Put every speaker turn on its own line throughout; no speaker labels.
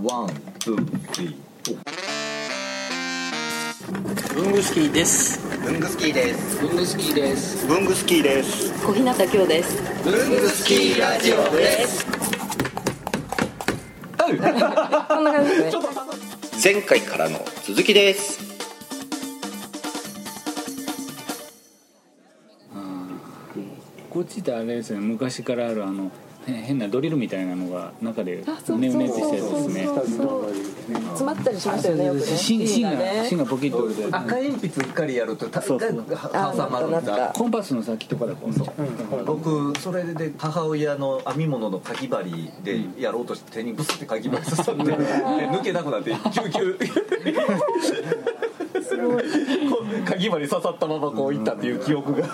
ワン、ツー、スリ
文具スキーです。
文具スキーです。
ー。ブングスキーです。
文具スキーです。
小日向京です。
ブングスキーラジオです。
こんな感じですね。
前回からの続きです。
こっちってあれですね昔からあるあのへ変なドリルみたいなのが中で
あ、そう
うねう
そ
ね
う
ってしたやつ
そう
ですね
そうそう。詰まったりしましたよね。よくね。
芯芯
が
が
ね
芯がポキッと折れて
赤鉛筆うっかりやると、た
そうそう
あ、
挟
な
ま
った
る
なんっ
だ。
た。
コンパスの先とかだこう
僕それで母親の編み物のかぎ針でやろうとして手にブスってかぎ針刺さって、で抜けなくなって救急すごいこうかぎ針刺さったままこういったっていう記憶が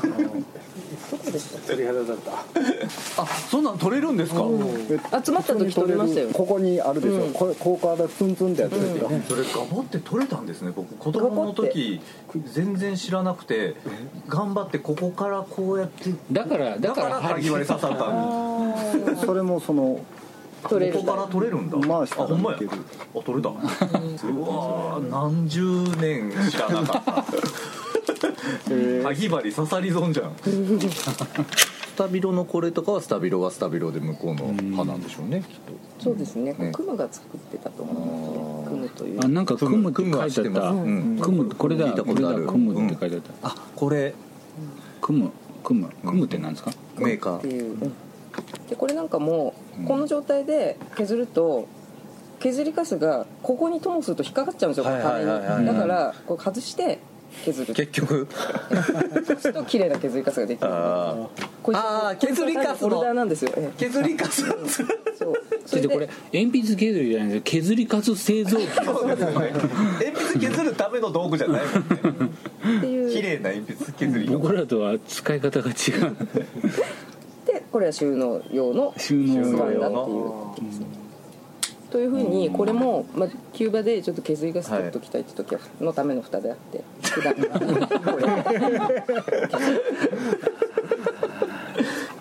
鳥肌だった
あそんなん取れるんですか
集まった時飛びましたよ。
ここにあるでしょ、これこうからツンツンってやつですよ、
それガボって取れたんですね僕子供の時全然知らなくて頑張ってここからこうやって
だから
だ
だか
かららかぎ
針
針刺さったんです
それもその
取れる
ここから 取れるんだ。
まあ
あ、ほんまや。あ、取れた。う わー、何十年知らな かった。かぎ針刺さり損 じゃん。スタビロのこれとかはスタビロはスタビロで向こうの歯なんでしょうね。きっ
そうですね
ね。
クムが作ってたと思います。クムという
あ。なんか「
と。
組む」って書いてあった
う
「
ん
組む」これ
聞
だ
い
「
た
こ
こ
れ
と
だ
あ」る
「組む」って書いてあった
あ、これ
「組む」「組む」「組む」ってなんですか
メーカ
って
ー。
いう。うんでこれなんかも
うん
うこの状態で削ると。削りカスがここにともすると引っかかっちゃうんですよ
はいはいはいはい
壁にだからこう外して削る
結局。
そうすると綺麗な削りカスができる
あー
こいつ
あー削りカスの
これがフォルダーなんですよえ
削りかす。
えそうそ
先
れで
生これ鉛筆削りじゃないんですよ削りかす製造機
そうですよね。鉛筆削るための道具じゃないもんね。
っていう
綺麗な鉛筆削りの。
僕らとは使い方が違う
でこれは収納用の
収納
スタン
用
ダっていうことですねというふうにこれも、まあ、キューバでちょっと削りガス取っときたいって時はのための蓋であって 普段はこれ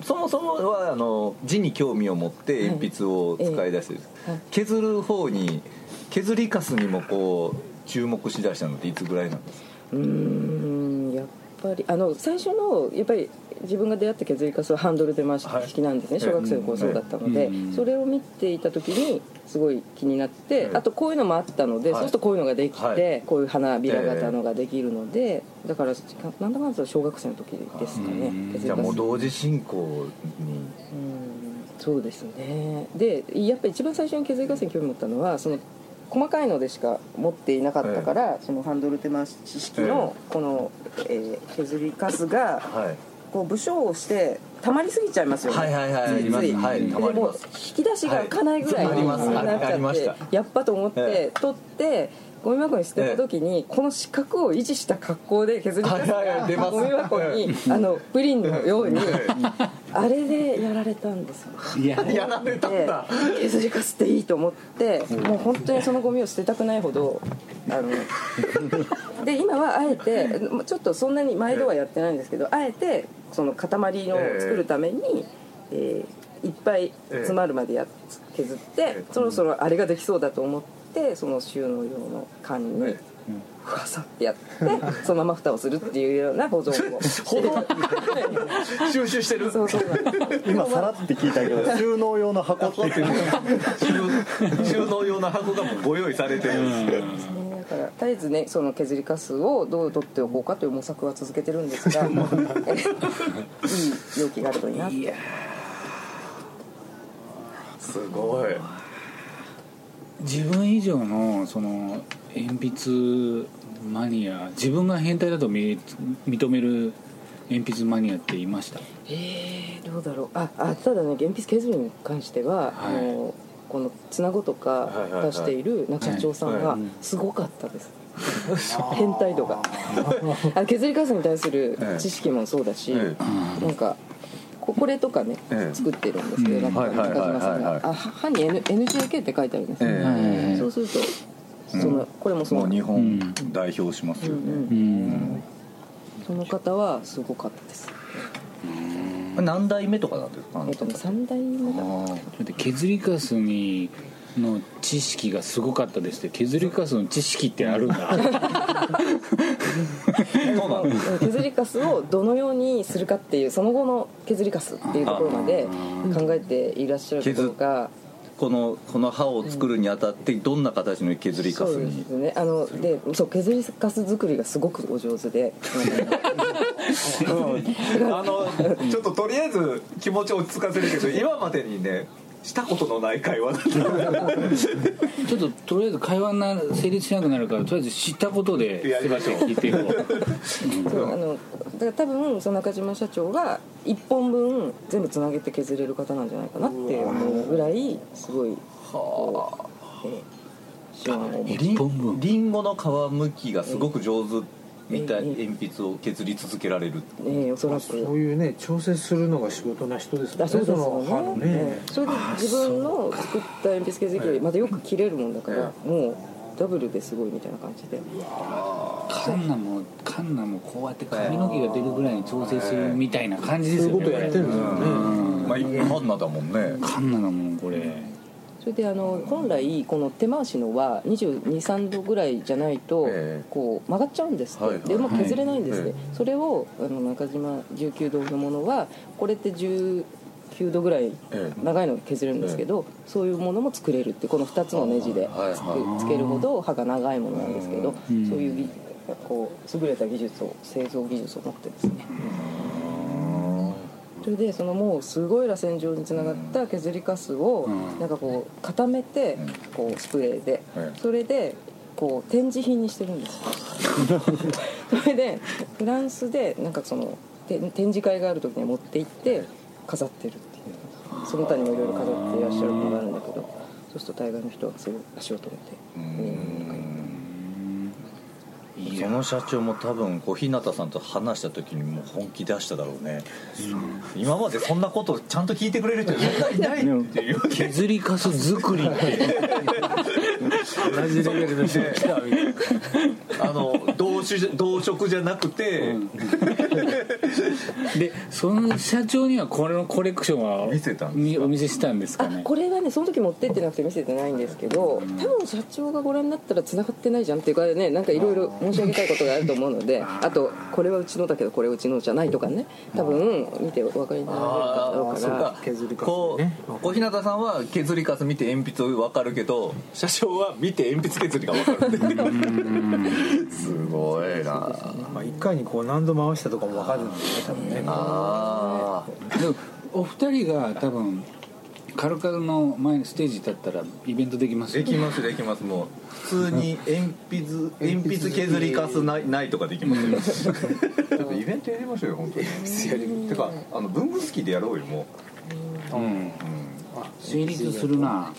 そもそもはあの字に興味を持って鉛筆を使い出してる、
ええはい
削る方に削りかすにもこう注目しだしたのっていつぐらいなんですか
うーんやっぱりあの最初のやっぱり自分が出会った削りカスはハンドルで回し引きなんですね、
はい
小学生の頃そうだったので、
うん
それを見ていた時にすごい気になって、あとこういうのもあったので、
はい
そうするとこういうのができて、
はい
こういう花びら型のができるので、だからなんだかんだ小学生の時ですかね
うん
削
じ
り
ゃあ
カ
もう
ス
同時進行に
うんそうですねでやっぱり一番最初に削り合戦に興味持ったのはその細かいのでしか持っていなかったから、そのハンドル手回し式のこの、えー削りカスが
はい
こう武将をして溜まりすぎちゃいますよね、
はいはいはい
ついつい、
はい溜ま
で
り
も
ま
う
す
引き出しが開かないぐらい
はい
に
溜
な
ま
っ
ります
ち
ありま
ゃって、
した
やっぱと思って、
え
取ってゴミ箱に捨てた時に、この四角を維持した格好で削りカス
はいはいはい出ま
が
す
ゴミ箱にあのプリンのようにあれでやられたんですよ
いや
やられたん
で
だ
削りかすっていいと思ってもう本当にそのゴミを捨てたくないほどあ ので今はあえてちょっとそんなに毎度はやってないんですけどあえてその塊のを作るために、えーいっぱい詰まるまでやっ削って
え
そろそろあれができそうだと思ってその収納用の缶に。ふわさってやってそのまま蓋をするっていうような保存 をしてる
収集してる
そうそうなんです
今さらって聞いたけど収納用の箱っていう
収収納用の箱がもうご用意されてる
ねだから絶えずねその削りかすをどう取っておこうかという模索は続けてるんですがいい容器があるといいなって
すごい
自分以上のその鉛筆マニア自分が変態だと見認める鉛筆マニアっていました
えーどうだろうああただね鉛筆削りに関しては、
はい
あのこのつなごと
はいはいは
か
い
出している中長さんがすごかったです、 変態 度があ削りかすに対する知識もそうだし、
え
なんかここれとかね、
ええ
作ってるんですけど、
うん
中
はいはいはいはい
島さん
はい
があ歯に N NJK って書いてあるんですよ、
ええ
はい
そうすると、そのこれもそ
もう
の
日
う
本
ん
代表しますよ
う
ね
ん
う
うん
ん
その方はすごかったです。
何代目とかなんですか
えっとね三代目だ。
だって削りカスにの知識がすごかったですって削りカスの知識ってあるんだ
うん削りカスをどのようにするかっていうその後の削りカスっていうところまで考えていらっしゃるところが
このこの歯を作るにあたってどんな形の削りかす
そうで
に
すねあのでそう削りカス作りがすごくお上手で
あのちょっととりあえず気持ち落ち着かせるけど今までにねしたことのない会話だった
ちょっととりあえず会話な成立しなくなるからとりあえず知ったことで
やりま
全
しょ
て
う
聞いていこ
そうあのだから多分その中島社長が1本分全部つなげて削れる方なんじゃないかなって思うぐらいすごいこうえー手腕を持って
う一本分
リンゴの皮むきがすごく上手みたい
うん
鉛筆を削り続けられる
えーおそらく
そういうね調整するのが仕事な人ですもん
だ
ね
そうです
の歯
よ
の
ね
ね
ええそれで自分の作った鉛筆削りよりまたよく切れるもんだからもうダブルですごいみたいな感じで
カンナもカンナもこうやって髪の毛が出るぐらいに調整するみたいな感じです
そうい
よ
う
ね
ことやってるんですよね、
まあ一般なだもんね
カンナだもんこれ
それであの本来この手回しのは2 2 3度ぐらいじゃないと
ええ
こう曲がっちゃうんですって、
はいはい
でも削れないんですって、
え
それをあの中島19度のものはこれって19度ぐらい
ええ
長いのを削れるんですけど、そういうものも作れるってこの2つのネジで
はいはい
つけつけるほど刃が長いものなんですけど、
うん
そういう技こう優れた技術を製造技術を持ってですねそれでそのもうすごい螺旋状につながった削りカスを
うん
なんかこう固めてこうスプレーで
ええ
それでこう展示品にしてるんですよそれでフランスでなんかそのて展示会がある時に持って行って飾ってるっていうその他にもいろいろ飾っていらっしゃることがあるんだけどそうすると大概の人はすごい足を止めて
その社長も多分小日向さんと話した時にもう本気出しただろうね、今までそんなことちゃんと聞いてくれる人いないいないっていう
削りカス作りって
同じレベルの人が来たみたいな
あの同種じゃ同色じゃなくて、
でその社長にはこれのコレクションは
見せたんです
みお見せしたんですか
あ
ね
これはねその時持ってってなくて見せてないんですけど多分社長がご覧になったら繋がってないじゃんっていうかねなんかいろいろ申し上げたいことがあると思うのであとこれはうちのだけどこれはうちのじゃないとかね多分見てお分かりになられる
あ
方
あ
だ
そう
から
か
削りカスね
こう小日向さんは削りかす見て鉛筆分かるけど社長は見て鉛筆削りが分かるってすごいな
まあ、一回にこう何度回したとかも分かるんですよ多分ね
あー
でもお二人が多分カルカルの前にステージ立ったらイベントできます
で
よ
きますできますもう普通に鉛筆鉛筆削りかすないないとかできますよ ちょっとイベントやりましょうよ本当にてかあの文具好きでやろうよも
うん成立するな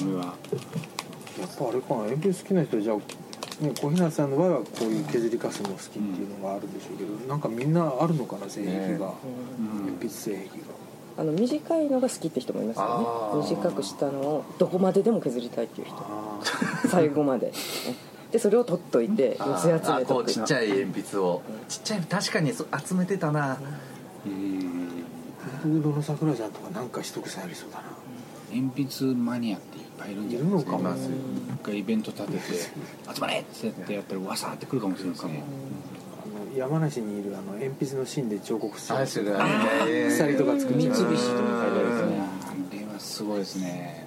これは
やっぱあれかな鉛筆好きな人はじゃあね小日向さんの場合はこういう削りカスも好きっていうのがあるでしょうけど、なんかみんなあるのかな性癖が、鉛筆性癖が
あの短いのが好きって人もいます
あ
よね短くしたのをどこまででも削りたいっていう人
あ
最後まででそれを取っといて寄
う
せ集め
ことうちっちゃい鉛筆をちっちゃい確かにそ集めてたな
あブルードの桜ちゃんとかなんか一癖ありそうだな
鉛筆マニアっていっぱいいるんじゃないですか
いるのかも
一回イベント立てて「集まれ!」ってやってやったらわさーってくるかもしれないですね
あの山梨にいるあの鉛筆の芯で彫刻する
あそれあれね
鎖とか作っ
三
ち
菱と
ゃ
か書いてあ
う
るやつ
うん
ねあれはすごいですね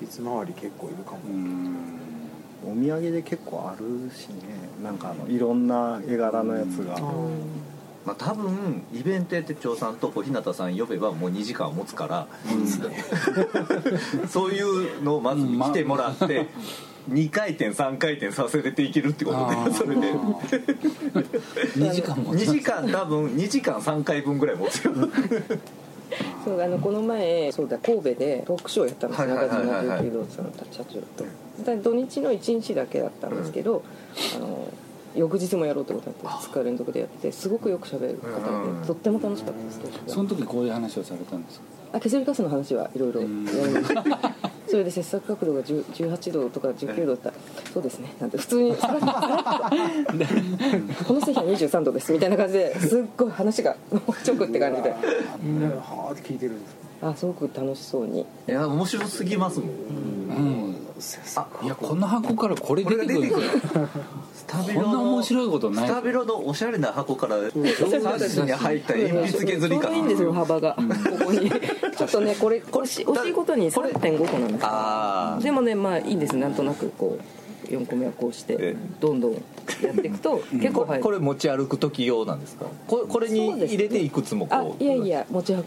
筆周り結構いるかも、
うん
お土産で結構あるしねなんかあのいろんな絵柄のやつが、
まあ多分イベントやって長さんと小日向さん呼べばもう2時間は持つから、そういうのをまず来てもらって2回転3回転させれていけるってことでそれで
2時間も
2時間多分2時間3回分ぐらい持つよ
そうあのこの前そうだ神戸でトークショーやったんです
はいはいはい
中
はい
島19さんたち社長とで土日の1日だけだったんですけど、あの翌日もやろうってことになって2日連続でやってすごくよく喋る方
うん
でとっても楽しかったですけ
そ
ど
の時こういう話をされたんですか
あ削りカスの話はいろいろやりましたそれで切削角度が10 18度とか19度だったらそうですねなんて普 通にさらっとさらっとこの製品は23度ですみたいな感じですっごい話がちょくって感じで
みんなはあって聞いてるんです
あすごく楽しそうに
いや面白すぎますもん
うん
制作
いやこの箱からこれ出てくる
これが出てスタビロ
こんな面
のス
白いことない
タビロのおしゃれな箱からサースに入った鉛筆削り
ちょうどいいん
感
ですよ幅が、ここにちょっとねこれこれし惜しいことに3.5個なんです
あ
でもねまあいいんですなんとなくこう4個目はこうして
え
どんどんやっていくと結構
あ
入る
これ持ち歩く時用なんですかこれこれに
そうです
入
ね
れていくつも
あ
こう
いやいや持ち歩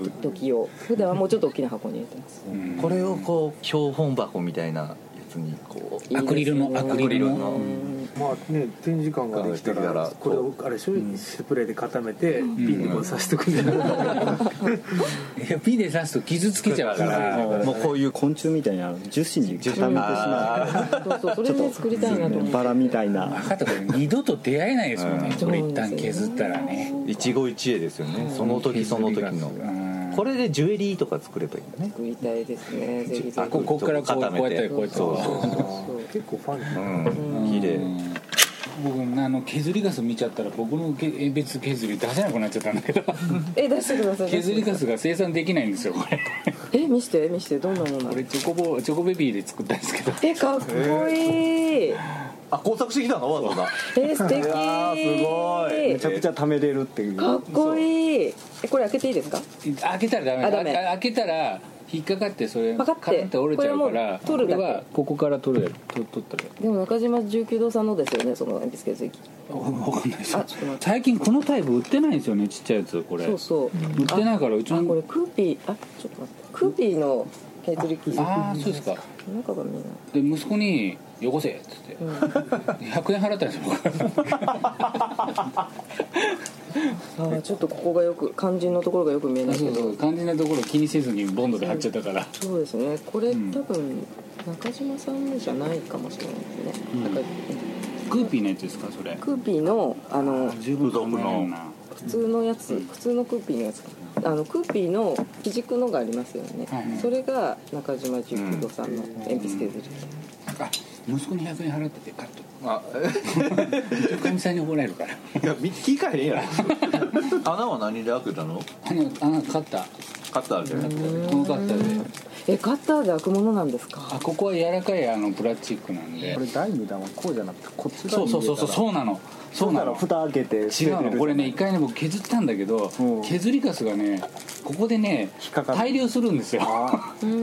く時用普段はもうちょっと大きな箱に入れてます
うん
これをこう標本箱みたいなやつにこう
いいですね
アクリルのアクリルの
まあね展示館ができた
できた
ら
ら
これをあれでしょスプレーで固めてピンでこう刺して くるんじゃない
いやピンで刺すと傷つけちゃうから
もうこういう
昆虫みたいな樹脂に固めてしま
そうそうそれで作りたいなと
う
思
バ
っ
ラみたいな
分かったこれ二度と出会えないですもんね
うん
これ一旦削ったらね
一期一会ですよねその時その時の
うん
これでジュエリーとか作ればいいよね
て作りたいですねぜひぜ
あ
ひ
ここっからこう
固めて
こうやったりこうやったり
そう
結構ファン
う
に
ん綺麗
僕あの削りガス見ちゃったら僕のけ鉛筆削り出せなくなっちゃったんだけ ど
え出してください
削りガスが生産できないんですよこ れ
え見して見してどんなものな
こ
の
れチョコボチョコベビーで作ったんですけど
えかっこいいえ
あ工作してきたのわざわざ
素敵
めちゃくちゃ貯めれるっていう
かっこいいえこれ開けていいですか
開けたらダメ
あダメ
あ開けたら引っかかってそれ
パカッて
カランって折れちゃうから
これもう取るだけ
こはここから取る取取ったら
でも中島十九堂さんのですよねその鉛筆削り器
分かんないです
あちょっと待って
最近このタイプ売ってないんですよねちっちゃいやつこれ
そうそう
売ってないからうち
あこ
の
れクーピーあちょっと待ってクーピーの削り器
ああそうですか
中が見えない
で息子に「よこせ」っつって100円払ったんですよ僕
あーちょっとここがよく肝心のところがよく見えないけ
そう
ど
そう肝心なところ気にせずにボンドで貼っちゃったから
そうですねこれ、
ん
多分中島さんのじゃないかもしれないですね、
ん
なんか
クーピーのやつですかそれ
クーピーのあの
十分考えるな
普通のやつ、普通のクーピーのやつかあのクーピーの基軸のがありますよね、
はいはい
それが中島十九郎さんの鉛筆削り器、
あ息子に100円払っててカット あかみさんに怒られるから
いや聞かへんやろ 穴は何で開けたの
あのあのカッター
カッターで
このカッターで
えカッターで開くものなんですか
あここは柔らかいあのプラスチックなんで
これ第2弾はこうじゃなくてこっち側
そう
に
そうそうそうそううなのそ
そうう
な
なら
の
蓋開けて
違うのこれね一回ね僕削ったんだけど、
うん
削りカスがねここでね
引っかかる
大量するんですよ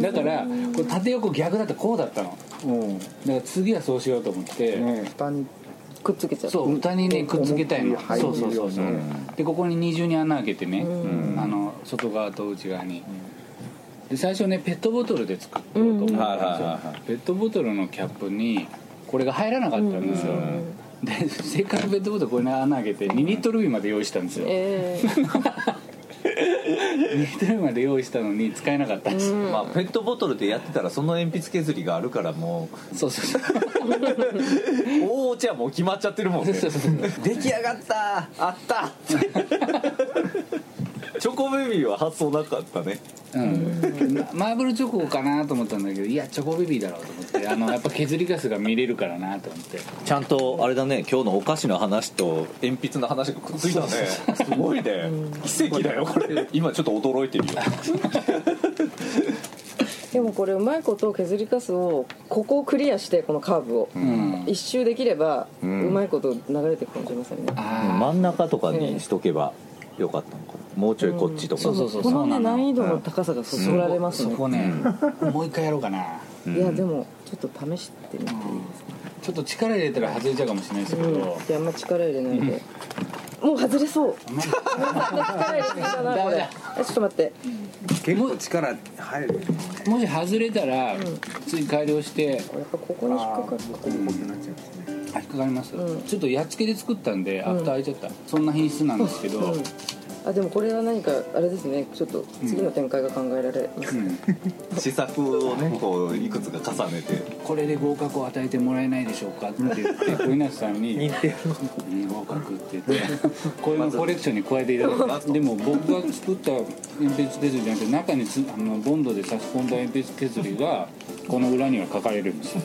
だからこれ縦横逆だったらこうだったの
うん
だから次はそうしようと思って、
ね蓋に
くっつけちゃう
そう蓋にねくっつけたいの
思いっきり入る
そうそうそうそう
ように
でここに二重に穴開けてね、あの外側と内側に、で最初ねペットボトルで作ろうと思ったんですよ、
はいはいはいは
ペットボトルのキャップにこれが入らなかったんですよ、でせっかくペットボトルこれに穴開けて2リットル瓶まで用意したんですよ、
えー、
2リットル瓶まで用意したのに使えなかったんです、
まあ、ペットボトルでやってたらその鉛筆削りがあるからも
そうそうそう
うおおじゃあもう決まっちゃってるもんね
そうそうそう
出来上がったあった ってチョコベビーは発想なかったね
うん、ママーブルチョコかなと思ったんだけどいやチョコベビーだろうと思ってあのやっぱ削りガスが見れるからなと思って
ちゃんとあれだね今日のお菓子の話と鉛筆の話がくっついたねすごいね奇跡だよこれ今ちょっと驚いてるよ
でもこれうまいこと削りカスをここをクリアしてこのカーブを、
うん
一周できれば、うんまいこと流れていくかもしれませんね
あ
真ん中とかにしとけばよかったのかなもうちょいこっちとか、
そうそうそう
このね
そうなの
難易度の高さがそそられ
あ
ます
そ
ね、
こね、もう一回やろうかな
うんいやでもちょっと試してみていいですか、
ちょっと力入れたら外れちゃうかもしれないですけ
う
ど、
ん、であんま力入れないで、もう外れそう 力入れすぎだなこれえちょっと待って
結構力入るよね
もし外れたら普通に改良して
やっぱここに引っかかる
ここにこうなっちゃうんですね
あ引っかかります、
うん
ちょっとやっつけで作ったんでアフター開いちゃった、そんな品質なんですけど、
うんあでもこれは何かあれですねちょっと次の展開が考えられます、
試作をねこういくつか重ねて
これで合格を与えてもらえないでしょうかって言って小稲さんに「うん合格」って言ってこれのコレクションに加えていただいてでも僕が作った鉛筆削りじゃなくて中につあのボンドで差し込んだ鉛筆削りがこの裏には書かれるんですよ